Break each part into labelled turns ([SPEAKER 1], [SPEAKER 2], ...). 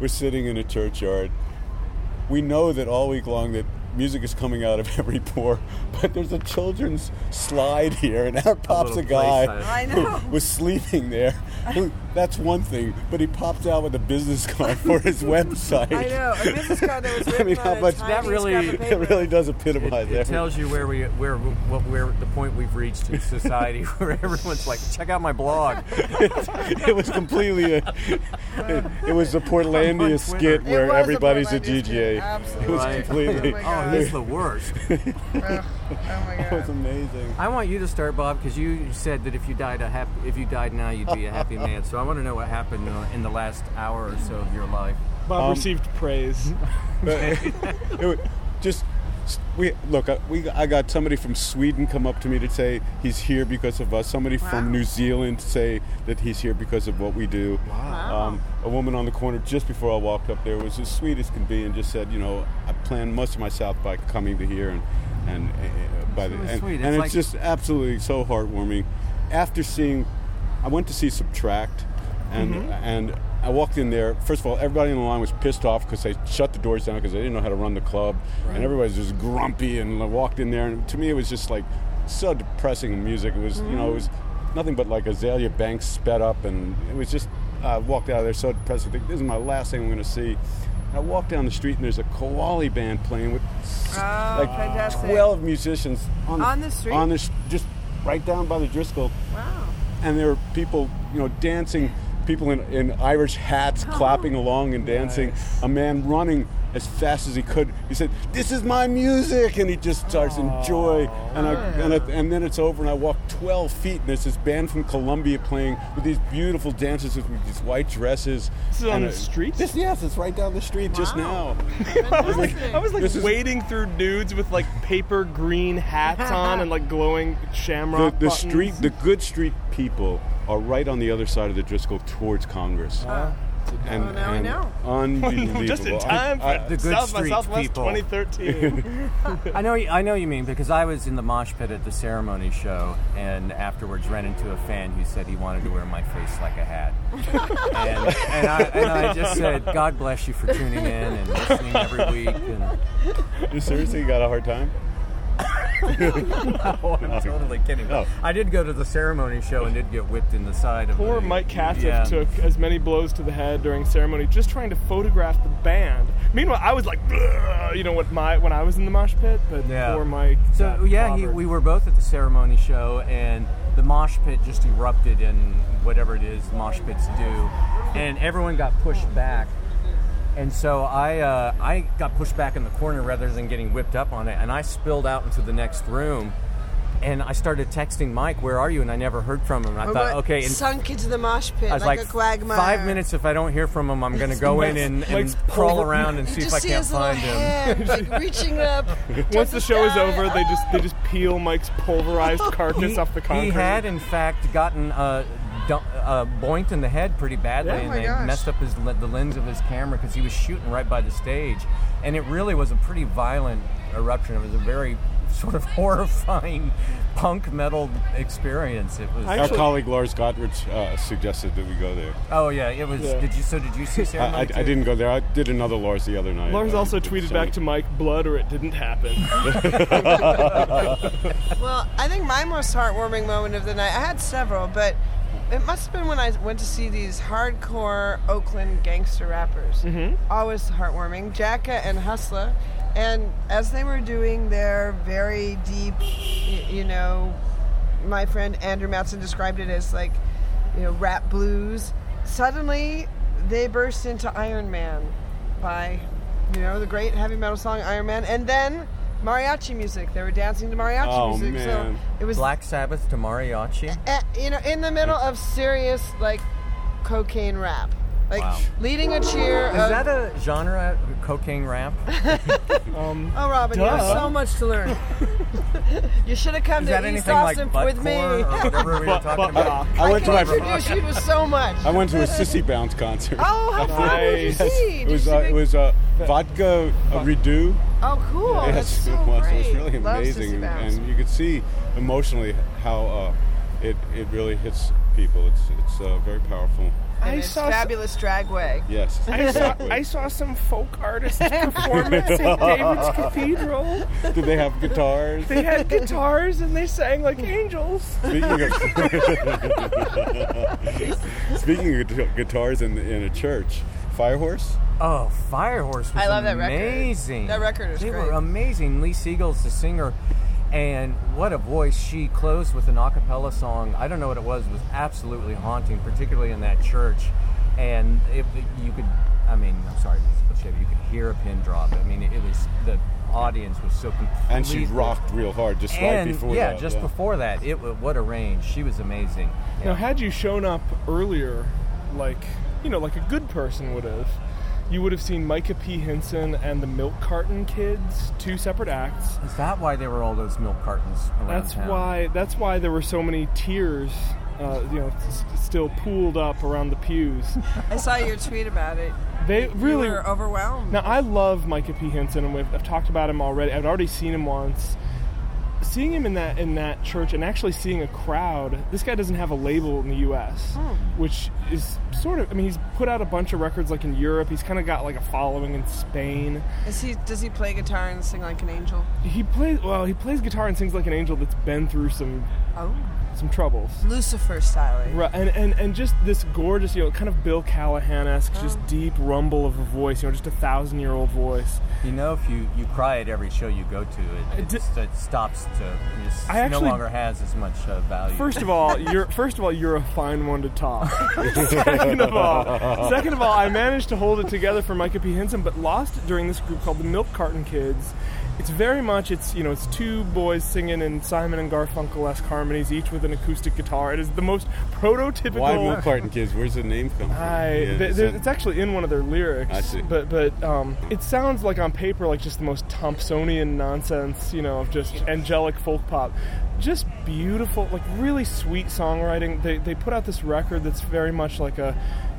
[SPEAKER 1] We're sitting in a churchyard. We know that all week long that music is coming out of every pore, but there's a children's slide here, and out pops a,
[SPEAKER 2] little
[SPEAKER 1] guy
[SPEAKER 2] play side.
[SPEAKER 3] I know.
[SPEAKER 1] who was sleeping there. Who- That's one thing, but he pops out with a business card for his website.
[SPEAKER 3] I know. A business card that was
[SPEAKER 1] I
[SPEAKER 3] written
[SPEAKER 1] mean,
[SPEAKER 3] on
[SPEAKER 1] how
[SPEAKER 3] a
[SPEAKER 1] much-
[SPEAKER 3] tiny
[SPEAKER 1] That
[SPEAKER 2] really-
[SPEAKER 3] scrap of
[SPEAKER 1] It
[SPEAKER 3] paper.
[SPEAKER 1] really does
[SPEAKER 2] It,
[SPEAKER 1] epitomize
[SPEAKER 2] it
[SPEAKER 1] everything.
[SPEAKER 2] tells you where we where what where the point we've reached in society where everyone's like check out my blog.
[SPEAKER 1] it was completely a, it, it was the Portlandia
[SPEAKER 2] Twitter.
[SPEAKER 1] skit
[SPEAKER 2] It
[SPEAKER 1] where
[SPEAKER 3] was a
[SPEAKER 1] everybody's a
[SPEAKER 3] Portlandia skit,
[SPEAKER 1] DJ. It was
[SPEAKER 2] Right.
[SPEAKER 1] completely.
[SPEAKER 3] Oh my
[SPEAKER 2] Oh,
[SPEAKER 3] God.
[SPEAKER 2] he's the worst.
[SPEAKER 3] Ugh. oh my
[SPEAKER 1] It was
[SPEAKER 3] god.
[SPEAKER 1] amazing.
[SPEAKER 2] I want you to start, Bob, because you said that if you died a happy, if you died now, you'd be a happy man. So I want to know what happened uh, in the last hour or so of your life.
[SPEAKER 4] Bob
[SPEAKER 1] Um,
[SPEAKER 4] received praise.
[SPEAKER 1] But it, it was just we look. I, we I got somebody from Sweden come up to me to say he's here because of us. Somebody from
[SPEAKER 3] Wow.
[SPEAKER 1] New Zealand say that he's here because of what we do.
[SPEAKER 3] Wow.
[SPEAKER 1] Um, a woman on the corner just before I walked up there was as sweet as can be and just said, you know, I planned most of my South by coming to here and and uh, by the
[SPEAKER 2] That was
[SPEAKER 1] and,
[SPEAKER 2] sweet.
[SPEAKER 1] and
[SPEAKER 2] It's
[SPEAKER 1] it's
[SPEAKER 2] like-
[SPEAKER 1] just absolutely so heartwarming. After seeing, I went to see Subtract, and and I walked in there. First of all, everybody in the line was pissed off because they shut the doors down because they didn't know how to run the club, and everybody's just grumpy. And I walked in there, and to me it was just like so depressing music. It was you know it was nothing but like Azalea Banks sped up, and it was just I walked out of there so depressed. I think this is my last thing I'm going to see. And I walked down the street and there's a Koali band playing with s-
[SPEAKER 3] Oh,
[SPEAKER 1] like
[SPEAKER 3] fantastic.
[SPEAKER 1] 12 musicians on,
[SPEAKER 3] On the street?
[SPEAKER 1] on the s- just right down by the Driscoll
[SPEAKER 3] Wow.
[SPEAKER 1] and there were people, you know, dancing, people in, in Irish hats clapping along and dancing. A man running as fast as he could. He said, "This is my music," and he just starts in joy. And I, and, I, and then it's over, and I walk 12 feet, and there's this band from Colombia playing with these beautiful dancers with these white dresses.
[SPEAKER 4] This is on
[SPEAKER 1] And
[SPEAKER 4] the
[SPEAKER 1] I-
[SPEAKER 4] street?
[SPEAKER 1] This yes, it's right down the street just now.
[SPEAKER 4] I was like
[SPEAKER 1] This is-
[SPEAKER 4] wading through dudes with like paper green hats on and like glowing
[SPEAKER 1] The,
[SPEAKER 4] shamrock.
[SPEAKER 1] the
[SPEAKER 4] buttons.
[SPEAKER 1] street, the good street people are right on the other side of the Driscoll towards Congress. and,
[SPEAKER 3] Oh, now I
[SPEAKER 1] and
[SPEAKER 3] know.
[SPEAKER 1] Unbelievable.
[SPEAKER 4] Just in
[SPEAKER 1] I-
[SPEAKER 4] time for
[SPEAKER 1] I-
[SPEAKER 2] The good
[SPEAKER 4] South by
[SPEAKER 2] street
[SPEAKER 4] Southwest
[SPEAKER 2] people.
[SPEAKER 4] 2013.
[SPEAKER 2] I know, I know you mean because I was in the mosh pit at the ceremony show, and afterwards ran into a fan who said he wanted to wear my face like a hat, and, and, I, and I just said, "God bless you for tuning in and listening every week." And
[SPEAKER 1] you seriously got a hard time?
[SPEAKER 2] oh, I'm totally kidding.
[SPEAKER 1] No.
[SPEAKER 2] I did go to the ceremony show and did get whipped in the side of.
[SPEAKER 4] Poor
[SPEAKER 2] the-
[SPEAKER 4] Mike Katzif
[SPEAKER 2] Yeah.
[SPEAKER 4] took as many blows to the head during ceremony just trying to photograph the band. Meanwhile, I was like, "Bleh," you know, when my when I was in the mosh pit, but
[SPEAKER 2] Yeah.
[SPEAKER 4] poor Mike.
[SPEAKER 2] So
[SPEAKER 4] got
[SPEAKER 2] yeah, he,
[SPEAKER 4] clobbered.
[SPEAKER 2] we were both at the ceremony show, and the mosh pit just erupted in whatever it is mosh pits do, and everyone got pushed back. And so I, uh, I got pushed back in the corner rather than getting whipped up on it, and I spilled out into the next room. And I started texting Mike, "Where are you?" And I never heard from him. And I
[SPEAKER 3] We
[SPEAKER 2] thought,
[SPEAKER 3] went-
[SPEAKER 2] okay, in
[SPEAKER 3] sunk into the mosh pit
[SPEAKER 2] I was
[SPEAKER 3] like,
[SPEAKER 2] like,
[SPEAKER 3] a quagmire.
[SPEAKER 2] five minutes. If I don't hear from him, I'm going to go in and, and
[SPEAKER 4] Mike's
[SPEAKER 2] crawl
[SPEAKER 4] pulled-
[SPEAKER 2] around and
[SPEAKER 3] You
[SPEAKER 2] see if
[SPEAKER 3] just
[SPEAKER 2] I
[SPEAKER 3] see
[SPEAKER 2] can't
[SPEAKER 3] his little
[SPEAKER 2] find him.
[SPEAKER 3] hand, like reaching up. towards
[SPEAKER 4] Once the show is
[SPEAKER 3] sky.
[SPEAKER 4] over, they just they just peel Mike's pulverized carcass off the concrete.
[SPEAKER 2] he had, in fact, gotten uh, dunk, uh, boinked in the head pretty badly,
[SPEAKER 4] Yeah. Oh
[SPEAKER 2] and
[SPEAKER 3] my
[SPEAKER 2] they
[SPEAKER 3] gosh.
[SPEAKER 2] messed up his le- the lens of his camera because he was shooting right by the stage, and it really was a pretty violent eruption. It was a very sort of horrifying punk metal experience. It was.
[SPEAKER 4] I-
[SPEAKER 1] Our
[SPEAKER 4] Actually-
[SPEAKER 1] colleague Lars Gottrich uh, suggested that we go there.
[SPEAKER 2] oh yeah, it was.
[SPEAKER 4] Yeah.
[SPEAKER 2] Did you? So did you see
[SPEAKER 1] I, I,
[SPEAKER 2] ceremony?
[SPEAKER 1] I
[SPEAKER 2] too?
[SPEAKER 1] didn't go there. I did another Lars the other night.
[SPEAKER 4] Lars
[SPEAKER 1] Um,
[SPEAKER 4] also
[SPEAKER 1] with
[SPEAKER 4] tweeted
[SPEAKER 1] somebody.
[SPEAKER 4] back to Mike, "Blood or it didn't happen."
[SPEAKER 3] Well, I think my most heartwarming moment of the night, I had several, but it must have been when I went to see these hardcore Oakland gangster rappers. Mm-hmm. Always heartwarming. Jacka and Hustla. And as they were doing their very deep, y- you know, my friend Andrew Matson described it as like, you know, rap blues, suddenly they burst into Iron Man by, you know, the great heavy metal song Iron Man, and then mariachi music. They were dancing to mariachi
[SPEAKER 1] Oh,
[SPEAKER 3] music,
[SPEAKER 1] man.
[SPEAKER 3] so it was
[SPEAKER 2] Black Sabbath to mariachi.
[SPEAKER 3] eh, you know in the middle of serious like cocaine rap, like
[SPEAKER 2] Wow.
[SPEAKER 3] leading a cheer.
[SPEAKER 2] Is that a genre? Cocaine rap?
[SPEAKER 3] oh, Robin, you have
[SPEAKER 4] Duh.
[SPEAKER 3] so much to learn. you should have come
[SPEAKER 2] Is
[SPEAKER 3] to
[SPEAKER 2] that
[SPEAKER 3] East
[SPEAKER 2] anything like
[SPEAKER 3] Austin
[SPEAKER 2] buttcore
[SPEAKER 3] with me.
[SPEAKER 2] or whatever we were
[SPEAKER 4] Butt-
[SPEAKER 2] talking
[SPEAKER 4] butt
[SPEAKER 2] about?
[SPEAKER 4] rock.
[SPEAKER 1] I
[SPEAKER 3] I
[SPEAKER 1] went to
[SPEAKER 3] can
[SPEAKER 1] my.
[SPEAKER 3] introduce you to so much.
[SPEAKER 1] I went to a sissy bounce concert.
[SPEAKER 3] Oh, how fun did you
[SPEAKER 4] Nice.
[SPEAKER 3] see? Did
[SPEAKER 1] It
[SPEAKER 3] you
[SPEAKER 1] was
[SPEAKER 3] see
[SPEAKER 1] uh,
[SPEAKER 3] big-
[SPEAKER 1] it was uh, vodka uh, redo.
[SPEAKER 3] oh, cool. That's
[SPEAKER 1] Yes,
[SPEAKER 3] so
[SPEAKER 1] it was.
[SPEAKER 3] great.
[SPEAKER 1] It was really
[SPEAKER 3] Love
[SPEAKER 1] amazing,
[SPEAKER 3] Sissy
[SPEAKER 1] and,
[SPEAKER 3] Bounce.
[SPEAKER 1] and you could see emotionally how uh, it it really hits people. It's it's uh, very powerful.
[SPEAKER 4] I
[SPEAKER 3] in his
[SPEAKER 4] saw s-
[SPEAKER 3] fabulous drag way.
[SPEAKER 1] Yes.
[SPEAKER 4] I saw,
[SPEAKER 1] exactly.
[SPEAKER 4] I saw some folk artists perform at St. David's Cathedral.
[SPEAKER 1] Did they have guitars?
[SPEAKER 4] They had guitars and they sang like angels.
[SPEAKER 1] Speaking of, speaking of gu- guitars in, in a church, Firehorse.
[SPEAKER 2] Oh, Firehorse was
[SPEAKER 3] I love that record.
[SPEAKER 2] amazing.
[SPEAKER 3] That record is
[SPEAKER 2] They
[SPEAKER 3] great.
[SPEAKER 2] were amazing. Lee Siegel's the singer, and what a voice. She closed with an a cappella song. I don't know what it was. It was absolutely haunting, particularly in that church. And if you could, I mean, I'm sorry, musical shit, but you could hear a pin drop. I mean, it was, the audience was so completely.
[SPEAKER 1] And she rocked real hard just right
[SPEAKER 2] And,
[SPEAKER 1] before
[SPEAKER 2] yeah,
[SPEAKER 1] that. uh,
[SPEAKER 2] just before that, it wa- what a range. She was amazing.
[SPEAKER 4] Now, had you shown up earlier, like you know, like a good person would have, you would have seen Micah P. Henson and the Milk Carton Kids, two separate acts.
[SPEAKER 2] Is that why there were all those milk cartons around
[SPEAKER 4] That's
[SPEAKER 2] town?
[SPEAKER 4] why. That's why there were so many tears, uh, you know, s- still pooled up around the pews.
[SPEAKER 3] I saw your tweet about it.
[SPEAKER 4] They really
[SPEAKER 3] you were overwhelmed.
[SPEAKER 4] Now I love Micah P. Henson, and we've, I've talked about him already. I've already seen him once. Seeing him in that in that church, and actually seeing a crowd. This guy doesn't have a label in the U.S., which is sort of. I mean, he's put out a bunch of records like in Europe. He's kind of got like a following in Spain.
[SPEAKER 3] Is he? Does he play guitar and sing like an angel?
[SPEAKER 4] He plays well. He plays guitar and sings like an angel that's been through some
[SPEAKER 3] Oh,
[SPEAKER 4] some troubles.
[SPEAKER 3] Lucifer style.
[SPEAKER 4] Right, and, and and just this gorgeous, you know, kind of Bill Callahan esque, just deep rumble of a voice, you know, just a thousand year old voice.
[SPEAKER 2] You know, if you, you cry at every show you go to, it,
[SPEAKER 4] I
[SPEAKER 2] it,
[SPEAKER 4] did-
[SPEAKER 2] st- it stops to it's
[SPEAKER 4] I
[SPEAKER 2] no
[SPEAKER 4] actually-
[SPEAKER 2] longer has as much uh, value.
[SPEAKER 4] First of all, you're first of all you're a fine one to talk. second of all, second of all, I managed to hold it together for Micah P. Henson, but lost it during this group called the Milk Carton Kids. It's very much it's you know it's two boys singing in Simon and Garfunkel esque harmonies, each with an acoustic guitar. It is the most prototypical.
[SPEAKER 1] Why Milk Carton Kids? Where's the name come from?
[SPEAKER 4] I,
[SPEAKER 1] Yeah,
[SPEAKER 4] th-
[SPEAKER 1] so-
[SPEAKER 4] th- it's actually in one of their lyrics.
[SPEAKER 1] I see.
[SPEAKER 4] But but um, it sounds like on paper like just the most Thompsonian nonsense, you know, of just angelic folk pop. Just beautiful, like really sweet songwriting. They they put out this record that's very much like a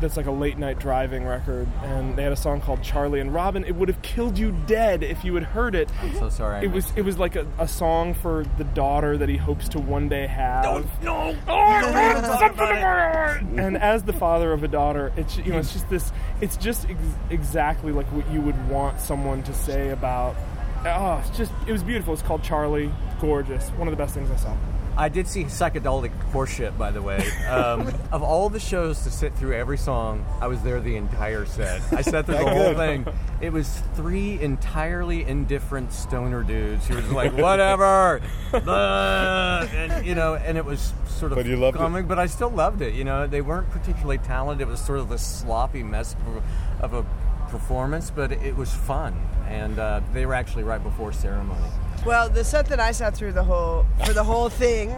[SPEAKER 4] that's like a late night driving record, and they had a song called Charlie and Robin. It would have killed you dead if you had heard it.
[SPEAKER 2] I'm so sorry. I
[SPEAKER 4] It was
[SPEAKER 2] missed
[SPEAKER 4] it was like a, a song for the daughter that he hopes to one day have.
[SPEAKER 2] no.
[SPEAKER 4] Oh, I want something more. And as the father of a daughter, it's you know, it's just this. It's just ex- exactly like what you would want someone to say about. Oh, it's just it was beautiful. It's called Charlie. Gorgeous. One of the best things I saw.
[SPEAKER 2] I did see psychedelic horseshit, by the way. Um, of all the shows to sit through every song, I was there the entire set. I sat through the whole thing. It was three entirely indifferent stoner dudes who were just like, whatever, blah," and you know, and it was sort of
[SPEAKER 1] But you loved it.
[SPEAKER 2] calming, But I still loved it. You know, they weren't particularly talented. It was sort of this sloppy mess of a, of a performance, but it was fun. And uh, they were actually right before ceremony.
[SPEAKER 3] Well, the set that I sat through the whole for the whole thing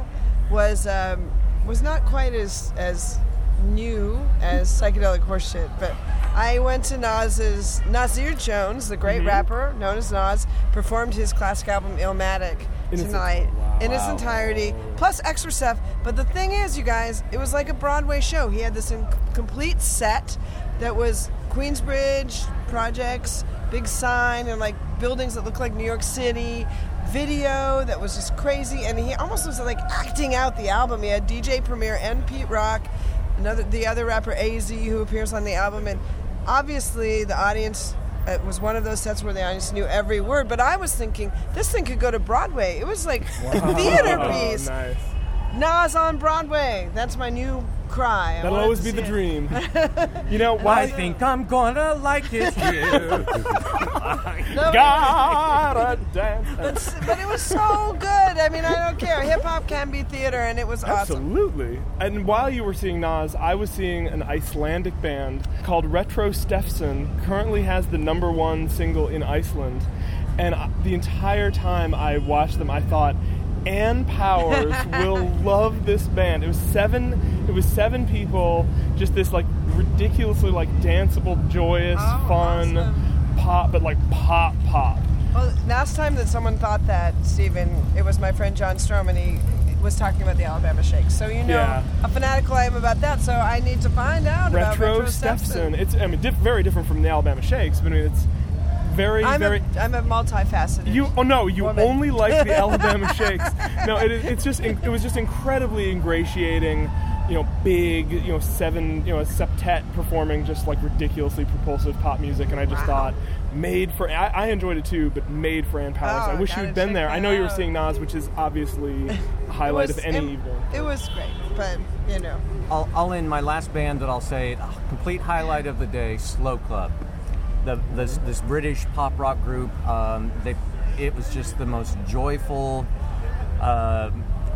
[SPEAKER 3] was um, was not quite as as new as psychedelic horseshit, but I went to Nas's Nasir Jones, the great rapper known as Nas, performed his classic album Illmatic
[SPEAKER 4] In its-
[SPEAKER 3] tonight in its
[SPEAKER 2] Wow.
[SPEAKER 3] entirety, plus extra stuff. But the thing is, you guys, it was like a Broadway show. He had this in- complete set that was Queensbridge projects, big sign, and like buildings that look like New York City, video that was just crazy. And he almost was like acting out the album. He had DJ Premier and Pete Rock, another the other rapper AZ who appears on the album, and obviously the audience it was one of those sets where the audience knew every word, but I was thinking this thing could go to Broadway. It was like a theater
[SPEAKER 4] Oh,
[SPEAKER 3] piece.
[SPEAKER 4] nice.
[SPEAKER 3] Nas on Broadway. That's my new cry. I
[SPEAKER 4] That'll
[SPEAKER 3] wanted
[SPEAKER 4] always
[SPEAKER 3] to
[SPEAKER 4] be the
[SPEAKER 3] see it.
[SPEAKER 4] dream. you know
[SPEAKER 2] I
[SPEAKER 4] why?
[SPEAKER 2] think I'm gonna like it here.
[SPEAKER 3] No,
[SPEAKER 4] Gotta dance.
[SPEAKER 3] it's- but it was so good. I mean, I don't care. Hip hop can be theater, and it was awesome.
[SPEAKER 4] Absolutely. And while you were seeing Nas, I was seeing an Icelandic band called Retro Stefson, currently has the number one single in Iceland. And I- the entire time I watched them, I thought, Ann Powers will love this band. It was seven. It was seven people. Just this like ridiculously like danceable, joyous,
[SPEAKER 3] Oh,
[SPEAKER 4] fun
[SPEAKER 3] awesome.
[SPEAKER 4] pop, but like pop pop.
[SPEAKER 3] Well, last time that someone thought that, Stephen, it was my friend John Strom, and he was talking about the Alabama Shake. So you know
[SPEAKER 4] Yeah.
[SPEAKER 3] how fanatical I am about that. So I need to find out about
[SPEAKER 4] Retro,
[SPEAKER 3] Retro
[SPEAKER 4] Stefson. It's I mean diff- very different from the Alabama Shakes, but I mean it's very
[SPEAKER 3] I'm
[SPEAKER 4] very.
[SPEAKER 3] a, I'm a multifaceted.
[SPEAKER 4] You oh no, you
[SPEAKER 3] Woman.
[SPEAKER 4] only like the Alabama shakes. No, it, is- it's just in- it was just incredibly ingratiating. you know, big, you know, seven, you know, a septet performing just like ridiculously propulsive pop music, and I just
[SPEAKER 3] Wow.
[SPEAKER 4] thought, made for. I, I enjoyed it too, but made for Ann Powers.
[SPEAKER 3] Oh,
[SPEAKER 4] I wish
[SPEAKER 3] gotta
[SPEAKER 4] you'd been
[SPEAKER 3] check
[SPEAKER 4] there.
[SPEAKER 3] that
[SPEAKER 4] I know you were
[SPEAKER 3] out.
[SPEAKER 4] seeing Nas, which is obviously a highlight of any
[SPEAKER 3] it,
[SPEAKER 4] evening.
[SPEAKER 3] It was great, but you know,
[SPEAKER 2] I'll, I'll end my last band that I'll say ah, complete highlight of the day: Slow Club. The, this, this British pop rock group. Um, they, it was just the most joyful uh,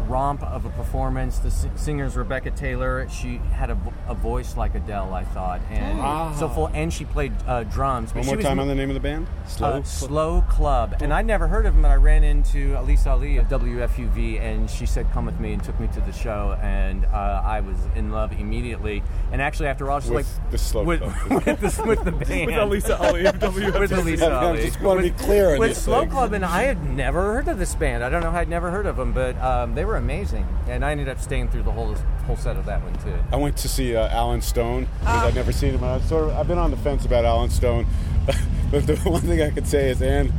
[SPEAKER 2] romp of a performance. The si- singer's Rebecca Taylor. She had a, vo- a voice like Adele, I thought, and so full. And she played uh, drums. but
[SPEAKER 1] Oh. One
[SPEAKER 2] she
[SPEAKER 1] more
[SPEAKER 2] was
[SPEAKER 1] time on the name of the band? Slow.
[SPEAKER 2] uh, Slow Club. And I'd never heard of him, but I ran into Elise Ali of WFUV, and she said, Come with me, and took me to the show. And uh, I was in love immediately. And actually, after all, she's
[SPEAKER 1] With
[SPEAKER 2] like,
[SPEAKER 1] the Slow
[SPEAKER 2] with,
[SPEAKER 1] Club.
[SPEAKER 2] with, the, with the band.
[SPEAKER 4] With Elisa Ali of WFT.
[SPEAKER 2] With Elisa
[SPEAKER 1] Yeah, I
[SPEAKER 2] Ali.
[SPEAKER 1] just wanna be clear on
[SPEAKER 2] With
[SPEAKER 1] these
[SPEAKER 2] Slow
[SPEAKER 1] things.
[SPEAKER 2] Club, and I had never heard of this band. I don't know how I'd never heard of them, but um, they were amazing. And I ended up staying through the whole whole set of that one, too.
[SPEAKER 1] I went to see uh, Alan Stone because
[SPEAKER 3] Ah.
[SPEAKER 1] I'd never seen him. And I sort of, I've been on the fence about Alan Stone, but the one thing I could say is, and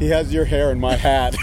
[SPEAKER 1] he has your hair in my hat.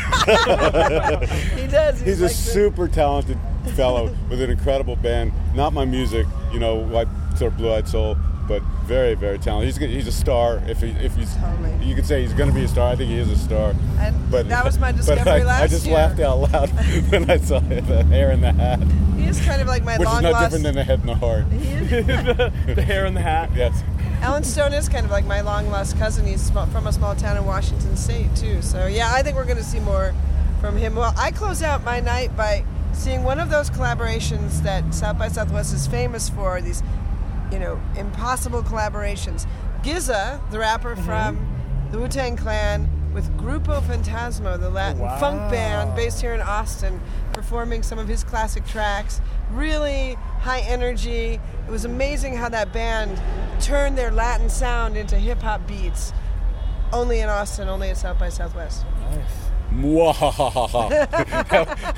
[SPEAKER 3] he does.
[SPEAKER 1] He's a
[SPEAKER 3] like the-
[SPEAKER 1] super talented fellow with an incredible band. Not my music, you know, like sort of Blue Eyed Soul, but very, very talented. He's gonna- he's a star. If he, if he's
[SPEAKER 3] Totally.
[SPEAKER 1] you could say he's going to be a star. I think he is a star.
[SPEAKER 3] And that was my discovery
[SPEAKER 1] I, I
[SPEAKER 3] last
[SPEAKER 1] just
[SPEAKER 3] year.
[SPEAKER 1] laughed out loud when I saw the hair in the hat,
[SPEAKER 3] He is kind of like my
[SPEAKER 1] which is
[SPEAKER 3] long
[SPEAKER 1] no
[SPEAKER 3] lost.
[SPEAKER 1] different than the head and the heart.
[SPEAKER 4] the hair and the hat.
[SPEAKER 1] Yes.
[SPEAKER 3] Alan Stone is kind of like my long lost cousin. He's sm- from a small town in Washington State too. So yeah, I think we're going to see more from him. Well, I close out my night by seeing one of those collaborations that South by Southwest is famous for. These, you know, impossible collaborations. Gizza, the rapper from the Wu Tang Clan, with Grupo Fantasma, the Latin
[SPEAKER 4] Wow.
[SPEAKER 3] funk band based here in Austin, performing some of his classic tracks. Really high energy. It was amazing how that band turned their Latin sound into hip hop beats. Only in Austin, only at South by Southwest.
[SPEAKER 1] Mwahahaha.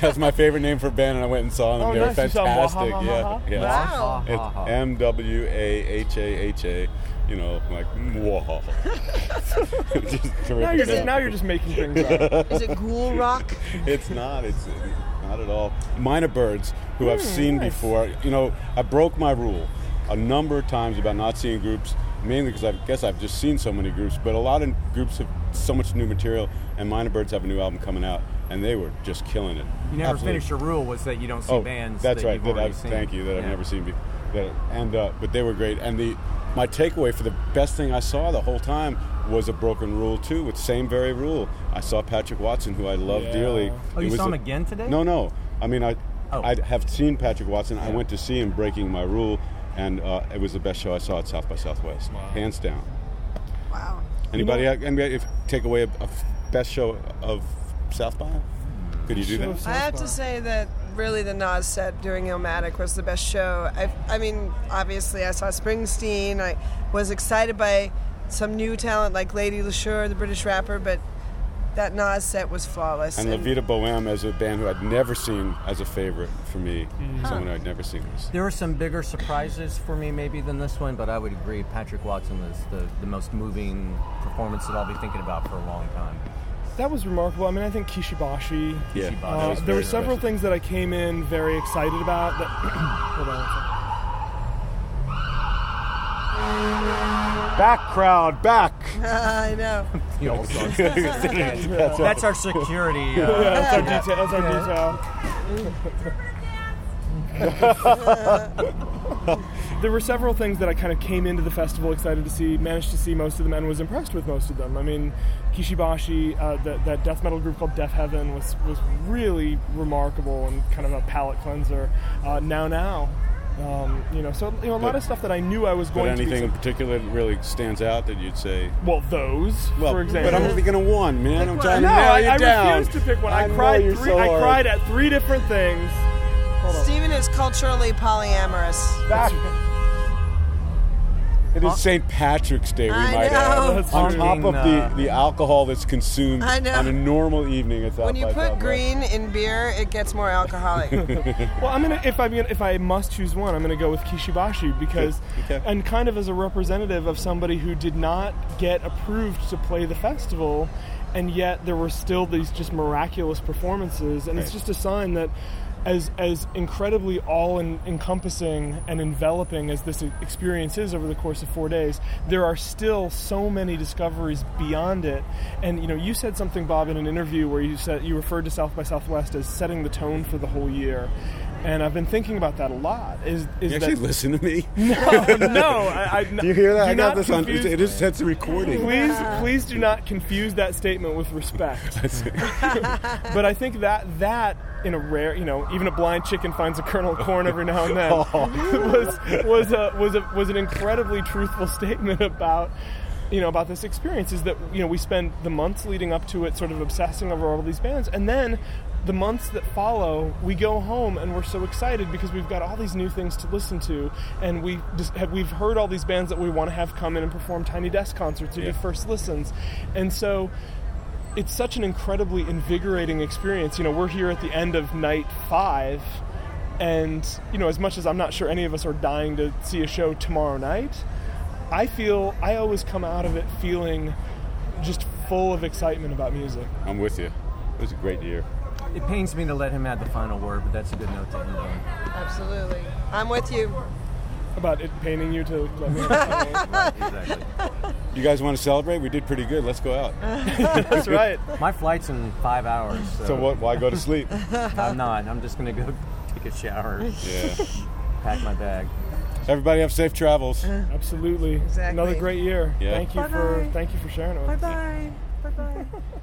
[SPEAKER 1] That's my favorite name for a band, and I went and saw them.
[SPEAKER 4] Oh,
[SPEAKER 1] they were
[SPEAKER 4] nice. You saw
[SPEAKER 1] fantastic. Yeah,
[SPEAKER 4] Mwahahaha?
[SPEAKER 1] yeah.
[SPEAKER 3] Wow.
[SPEAKER 1] It's M W A H A H A. You know, like mwahaha. Just
[SPEAKER 4] Now you're
[SPEAKER 1] terrific.
[SPEAKER 4] just now you're just making things up.
[SPEAKER 3] Is it ghoul rock?
[SPEAKER 1] It's not. It's not at all. Minor birds, who I've seen
[SPEAKER 4] nice.
[SPEAKER 1] before. You know, I broke my rule a number of times about not seeing groups, mainly because I guess I've just seen so many groups. But a lot of groups have so much new material, and Minor Birds have a new album coming out, and they were just killing it.
[SPEAKER 2] You never
[SPEAKER 1] Absolutely.
[SPEAKER 2] finished your rule was that you don't see
[SPEAKER 1] Oh,
[SPEAKER 2] bands.
[SPEAKER 1] that's
[SPEAKER 2] that
[SPEAKER 1] right.
[SPEAKER 2] You've
[SPEAKER 1] That
[SPEAKER 2] already
[SPEAKER 1] I've,
[SPEAKER 2] seen.
[SPEAKER 1] thank you. That I've
[SPEAKER 2] Yeah.
[SPEAKER 1] never seen before. That, and uh, but they were great. And the my takeaway for the best thing I saw the whole time was a broken rule too. With same very rule, I saw Patrick Watson, who I love
[SPEAKER 4] Yeah.
[SPEAKER 1] dearly.
[SPEAKER 2] Oh,
[SPEAKER 1] It
[SPEAKER 2] you
[SPEAKER 1] was
[SPEAKER 2] saw him
[SPEAKER 1] a-
[SPEAKER 2] again today?
[SPEAKER 1] No, no. I mean, I
[SPEAKER 2] Oh.
[SPEAKER 1] I have seen Patrick Watson. I
[SPEAKER 2] Yeah.
[SPEAKER 1] went to see him breaking my rule, and uh, it was the best show I saw at South by Southwest, hands down.
[SPEAKER 3] Wow.
[SPEAKER 1] Anybody, anybody if, take away a, a best show of South by? Could you do
[SPEAKER 4] Show
[SPEAKER 1] that?
[SPEAKER 4] of
[SPEAKER 3] I
[SPEAKER 4] South
[SPEAKER 3] have to
[SPEAKER 4] Park.
[SPEAKER 3] say that really the Nas set during Illmatic was the best show. I, I mean, obviously I saw Springsteen. I was excited by some new talent like Lady LaSure, the British rapper, but that Nas set was flawless.
[SPEAKER 1] And La Vida Bohem as a band who I'd never seen as a favorite for me,
[SPEAKER 4] Hmm.
[SPEAKER 1] someone I'd never seen. Was.
[SPEAKER 2] There were some bigger surprises for me, maybe, than this one, but I would agree. Patrick Watson was the, the most moving performance that I'll be thinking about for a long time.
[SPEAKER 4] That was remarkable. I mean, I think Kishibashi.
[SPEAKER 1] Yeah,
[SPEAKER 2] That
[SPEAKER 4] Uh,
[SPEAKER 1] was
[SPEAKER 4] there
[SPEAKER 1] very
[SPEAKER 4] were several
[SPEAKER 1] impressive.
[SPEAKER 4] things that I came in very excited about. That hold on. one second.
[SPEAKER 1] Back crowd, back.
[SPEAKER 3] uh, I know.
[SPEAKER 2] You know, so- that's our security.
[SPEAKER 4] Yeah,
[SPEAKER 2] Uh,
[SPEAKER 4] that's our detail. That's our detail. there were several things that I kind of came into the festival excited to see, managed to see most of them, and was impressed with most of them. I mean, Kishibashi, uh, that, that death metal group called Death Heaven, was was really remarkable and kind of a palate cleanser. Uh, now, now. Um, you know, so you know a lot
[SPEAKER 1] But-
[SPEAKER 4] of stuff that I knew I was
[SPEAKER 1] But
[SPEAKER 4] going to.
[SPEAKER 1] anything
[SPEAKER 4] be-
[SPEAKER 1] in particular that really stands out that you'd say?
[SPEAKER 4] well, those,
[SPEAKER 1] Well,
[SPEAKER 4] for example.
[SPEAKER 1] but I'm only going to one, man. I'm trying
[SPEAKER 4] no,
[SPEAKER 1] to narrow
[SPEAKER 4] I,
[SPEAKER 1] you
[SPEAKER 4] I
[SPEAKER 1] down.
[SPEAKER 4] refused to pick one. I,
[SPEAKER 1] know
[SPEAKER 4] cried.
[SPEAKER 1] you're
[SPEAKER 4] Three,
[SPEAKER 1] so
[SPEAKER 4] I
[SPEAKER 1] hard.
[SPEAKER 4] cried at three different things. Hold on.
[SPEAKER 3] Steven is culturally polyamorous.
[SPEAKER 1] Back. It is St. Patrick's Day, we
[SPEAKER 3] I
[SPEAKER 1] might
[SPEAKER 3] know.
[SPEAKER 1] add.
[SPEAKER 4] That's
[SPEAKER 1] On
[SPEAKER 4] true.
[SPEAKER 1] top of the,
[SPEAKER 2] Uh,
[SPEAKER 1] the alcohol that's consumed
[SPEAKER 3] I know.
[SPEAKER 1] on a normal evening at South
[SPEAKER 3] When you
[SPEAKER 1] by
[SPEAKER 3] put
[SPEAKER 1] Southwest.
[SPEAKER 3] green in beer, it gets more alcoholic.
[SPEAKER 4] Well, I'm gonna if I'm gonna, if I must choose one, I'm gonna go with Kishibashi because
[SPEAKER 1] Okay.
[SPEAKER 4] and kind of as a representative of somebody who did not get approved to play the festival, and yet there were still these just miraculous performances, and it's
[SPEAKER 1] Right.
[SPEAKER 4] just a sign that as as incredibly all encompassing and enveloping as this e-, experience is over the course of four days, there are still so many discoveries beyond it. And you know, you said something, Bob, in an interview where you said you referred to South by Southwest as setting the tone for the whole year. And I've been thinking about that a lot. Is is
[SPEAKER 1] You
[SPEAKER 4] that
[SPEAKER 1] actually listen to me?
[SPEAKER 4] no, Oh, no? I, I,
[SPEAKER 1] Do you hear that?
[SPEAKER 4] do
[SPEAKER 1] I got
[SPEAKER 4] not
[SPEAKER 1] this on.
[SPEAKER 4] confuse-
[SPEAKER 1] It is that's a recording.
[SPEAKER 4] Please, please do not confuse that statement with respect. but I think that that in a rare, you know, even a blind chicken finds a kernel of corn every now and then was was a, was a, was an incredibly truthful statement about you know about this experience is that you know we spend the months leading up to it sort of obsessing over all of these bands and then the months that follow we go home and we're so excited because we've got all these new things to listen to and we just have we've heard all these bands that we want to have come in and perform tiny desk concerts or do
[SPEAKER 1] Yeah.
[SPEAKER 4] first listens and so it's such an incredibly invigorating experience. You know, we're here at the end of night five, and you know, as much as I'm not sure any of us are dying to see a show tomorrow night, I feel I always come out of it feeling just full of excitement about music.
[SPEAKER 1] I'm with you. It was a great year.
[SPEAKER 2] It pains me to let him have the final word, but that's a good note to end on.
[SPEAKER 3] Absolutely. I'm with you.
[SPEAKER 4] About it painting you to let me. That's
[SPEAKER 2] Exactly.
[SPEAKER 1] You guys want to celebrate? We did pretty good. Let's go out.
[SPEAKER 4] right.
[SPEAKER 2] My flight's in five hours, so,
[SPEAKER 1] So what? Why go to sleep?
[SPEAKER 2] I'm not. I'm just gonna go take a shower,
[SPEAKER 1] Yeah.
[SPEAKER 2] pack my bag.
[SPEAKER 1] Everybody have safe travels.
[SPEAKER 4] Absolutely.
[SPEAKER 3] Exactly.
[SPEAKER 4] Another great year.
[SPEAKER 1] Yeah.
[SPEAKER 4] Thank you for
[SPEAKER 3] Bye-bye.
[SPEAKER 4] thank you for sharing it. with us.
[SPEAKER 3] bye. Bye bye.